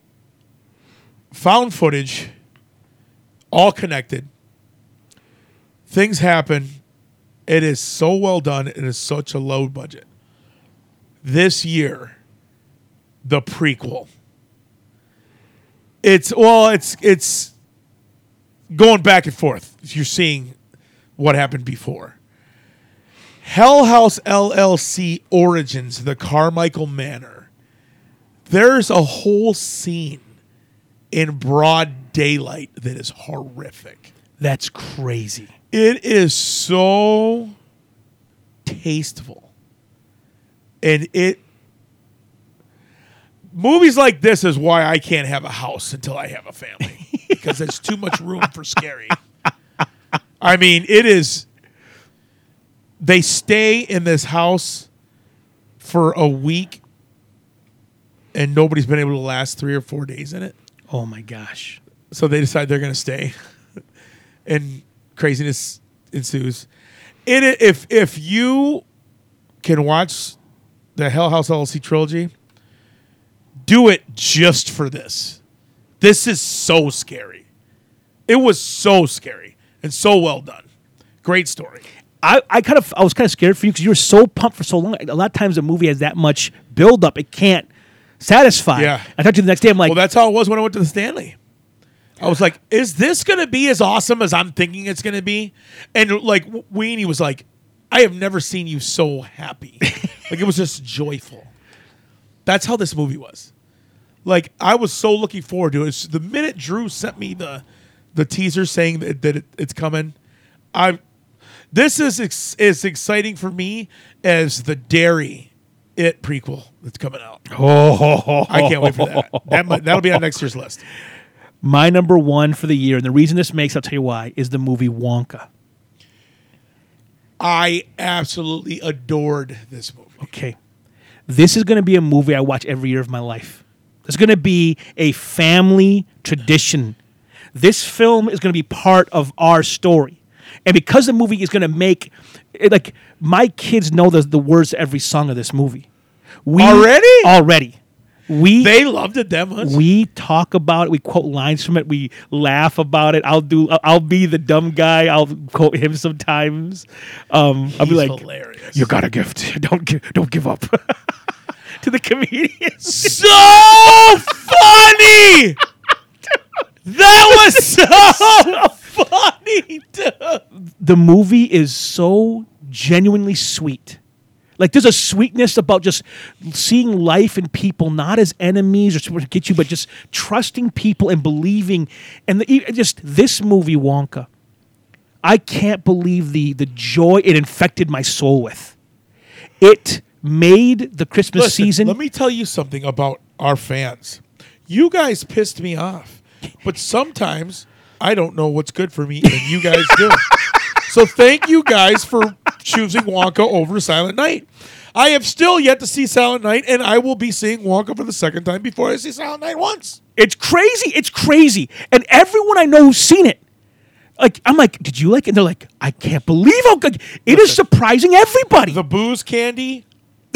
found footage, all connected. Things happen. It is so well done. It is such a low budget. This year, the prequel. It's well, it's it's going back and forth. You're seeing what happened before. Hell House LLC Origins, the Carmichael Manor. There's a whole scene in broad daylight that is horrific.
That's crazy.
It is so tasteful. And it movies like this is why I can't have a house until I have a family because there's too much room for scary. I mean, it is they stay in this house for a week and nobody's been able to last 3 or 4 days in it.
Oh my gosh.
So they decide they're going to stay, and craziness ensues. It i- if if you can watch the Hell House LLC trilogy, do it just for this. This is so scary. It was so scary and so well done. Great story.
I, I kind of I was kind of scared for you because you were so pumped for so long. A lot of times a movie has that much build up, it can't satisfy.
Yeah.
I talked to you the next day. I'm like,
Well, that's how it was when I went to the Stanley. I was like, is this going to be as awesome as I'm thinking it's going to be? And like, W- Weenie was like, I have never seen you so happy. like, it was just joyful. That's how this movie was. Like, I was so looking forward to it. It's- The minute Drew sent me the the teaser saying that, that it, it's coming, I this is ex- as exciting for me as the Dairy It prequel that's coming out.
oh,
I can't wait for that. that might, that'll be on next year's list.
my number one for the year, and the reason this makes, I'll tell you why, is the movie Wonka.
I absolutely adored this movie.
Okay, this is going to be a movie I watch every year of my life. It's going to be a family tradition. This film is going to be part of our story, and because the movie is going to make, it, like my kids know the the words to every song of this movie. We
Already?
already we
They loved it that much.
we talk about it. We quote lines from it. We laugh about it. I'll do. I'll- I'll be the dumb guy. I'll quote him sometimes. Um, I'll be
He's
like,
hilarious.
"You got a gift. Don't gi- don't give up." to the comedians.
so funny. that was so funny, dude.
The movie is so genuinely sweet. Like there's a sweetness about just seeing life and people not as enemies or supposed to get you, but just trusting people and believing. And the, e- just this movie, Wonka. I can't believe the the joy it infected my soul with. It made the Christmas
Listen,
season.
Let me tell you something about our fans. You guys pissed me off, but sometimes I don't know what's good for me, and you guys do. so thank you guys for choosing Wonka over Silent Night. I have still yet to see Silent Night, and I will be seeing Wonka for the second time before I see Silent Night once.
It's crazy. It's crazy. And everyone I know who's seen it, like I'm like, did you like it? And they're like, I can't believe how good it is surprising everybody.
The booze candy.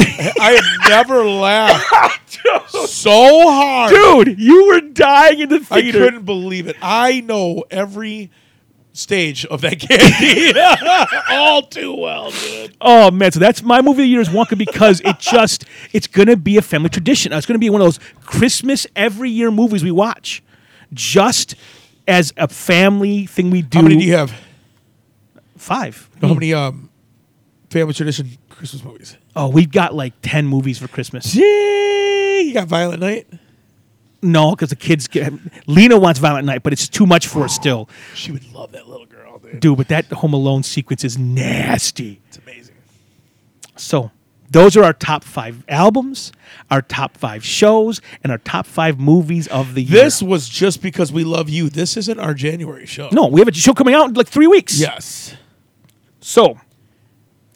I have never laughed so hard.
Dude, you were dying in the
I
theater.
couldn't believe it. I know every stage of that candy all too well, dude.
Oh man, so that's my movie of the year is Wonka because it just it's gonna be a family tradition. It's gonna be one of those Christmas every year movies we watch, just as a family thing we do.
How many do you have?
Five.
How many um family tradition Christmas movies?
Oh, we've got like ten movies for Christmas.
Yay! You got Violent Night.
No, because the kids get Lena wants Violent Night, but it's too much for her still,
She would love that little girl, dude.
dude. But that Home Alone sequence is nasty.
It's amazing.
So those are our top five albums, our top five shows, and our top five movies of the year.
This was just because we love you. This isn't our January show.
No, we have a show coming out in like three weeks.
Yes.
So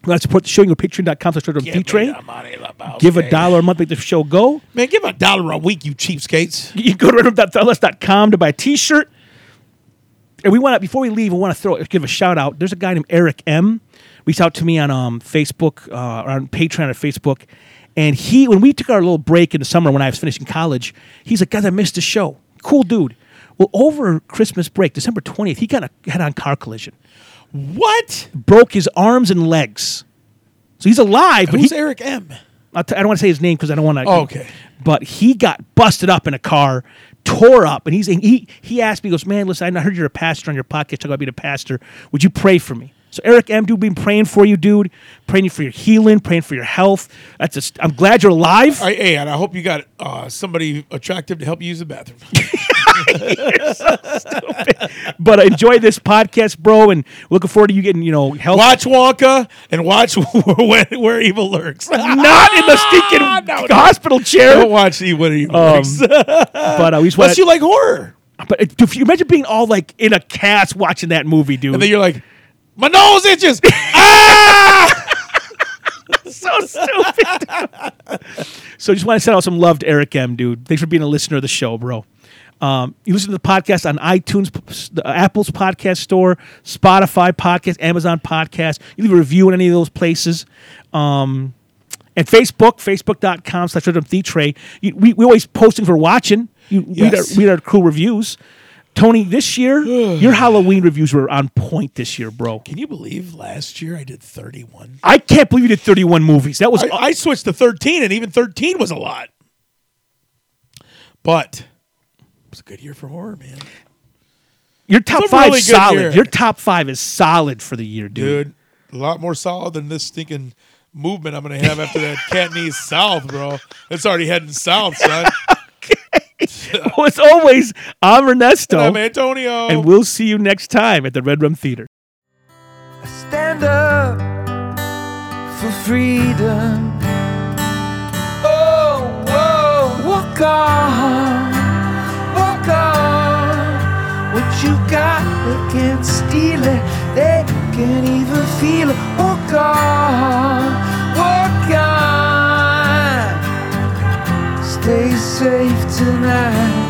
let's support the show. You go to patreon.com slash Retro
Give
Geek
me
Train.
that money, LaBeouf.
Give a dollar a month, make the show go.
Man, give a dollar a week, you cheapskates.
You go to retro.threadless.com to buy a t shirt. And we want to, before we leave, we want to throw give a shout out. There's a guy named Eric M. Reached out to me on um, Facebook, uh, or on Patreon or Facebook. And he, when we took our little break in the summer when I was finishing college, he's like, guys, I missed the show. Cool dude. Well, over Christmas break, December 20th, he got in a head on car collision.
What?
broke his arms and legs. So he's alive, but he,
Who's Eric M?
I'll t- I don't want to say his name because I don't want to.
Oh, Okay.
But he got busted up in a car, tore up, and he's he he asked me, he goes, man, listen, I heard you're a pastor on your podcast talking about being a pastor. Would you pray for me? So Eric M, dude, been praying for you, dude, praying for your healing, praying for your health. That's just, I'm glad you're alive.
I, hey, and I hope you got uh, somebody attractive to help you use the bathroom.
But I enjoy this podcast, bro, and looking forward to you getting, you know, health.
watch Wonka and watch where, where evil lurks.
Not in the stinking hospital chair.
Don't watch E- where evil lurks.
but uh, we just
Unless
want.
you like horror.
but uh, if you imagine being all like in a cast watching that movie, dude.
And then you're like, my nose itches. Ah!
so stupid. so just want to send out some love to Eric M, dude. Thanks for being a listener of the show, bro. Um, you listen to the podcast on iTunes, p- s- the Apple's podcast store, Spotify podcast, Amazon podcast. You leave a review in any of those places. Um, and Facebook, facebook.com slash Rhythm Thetray. You- We, we always posting for watching. You read,
Yes.
our, read our cool reviews. Tony, this year, your Halloween reviews were on point this year, bro.
Can you believe last year I did 31?
I can't believe you did 31 movies. That was
I, I switched to 13, and even 13 was a lot. But it was a good year for horror, man.
Your top
It's a
five
really
is
good
solid.
year.
Your top five is solid for the year, dude.
Dude, a lot more solid than this stinking movement I'm going to have after that Cantonese South, bro. It's already heading south, son.
Well, as always, I'm Ernesto,
I'm Antonio.
and we'll see you next time at the Red Rum Theater.
Stand up for freedom. Oh, whoa, walk on, walk on. What you got, they can't steal it, they can't even feel it. Walk on, walk on. Stay safe tonight.